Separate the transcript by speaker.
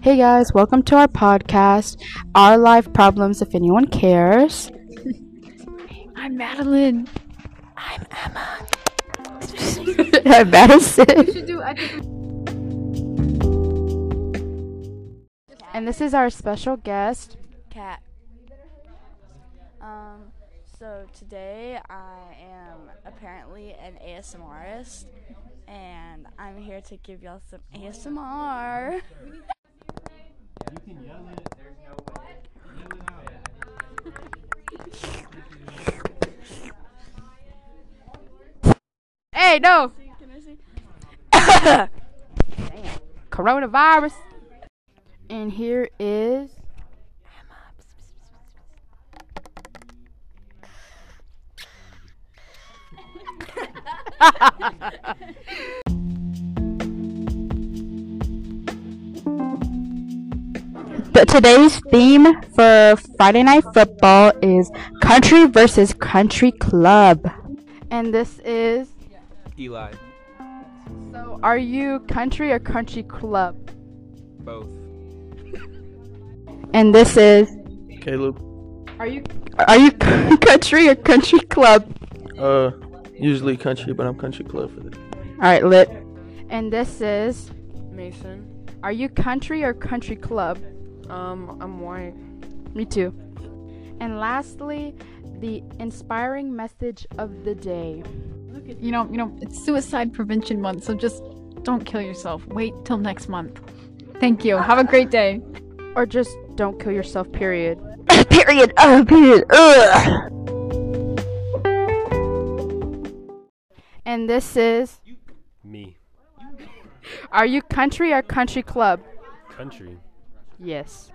Speaker 1: Hey guys, welcome to our podcast, Our Life Problems, if anyone cares.
Speaker 2: I'm Madeline.
Speaker 1: Madison. And this is our special guest.
Speaker 2: Cat. Um, so today I am apparently an ASMRist, and I'm here to give y'all some ASMR.
Speaker 1: Hey, no!
Speaker 2: Can I see?
Speaker 1: Coronavirus! And here is. But today's theme for Friday Night Football is country versus country club. And this is
Speaker 3: Eli,
Speaker 1: so are you country or country club?
Speaker 3: both.
Speaker 1: And this is
Speaker 4: Caleb.
Speaker 1: are you are you country or country club?
Speaker 4: Uh, usually country, but I'm country club for this.
Speaker 1: All right, lit. And this is
Speaker 5: Mason.
Speaker 1: are you country or country club?
Speaker 5: Um, I'm white.
Speaker 1: Me too. And lastly, the inspiring message of the day.
Speaker 6: you know, you know, it's suicide prevention month, so just don't kill yourself. Wait till next month. Thank you. Have a great day.
Speaker 1: Or just don't kill yourself, period.
Speaker 2: Period. Uh, period. Ugh.
Speaker 1: And this is
Speaker 7: Me.
Speaker 1: are you country or country club?
Speaker 7: Country.
Speaker 1: Yes.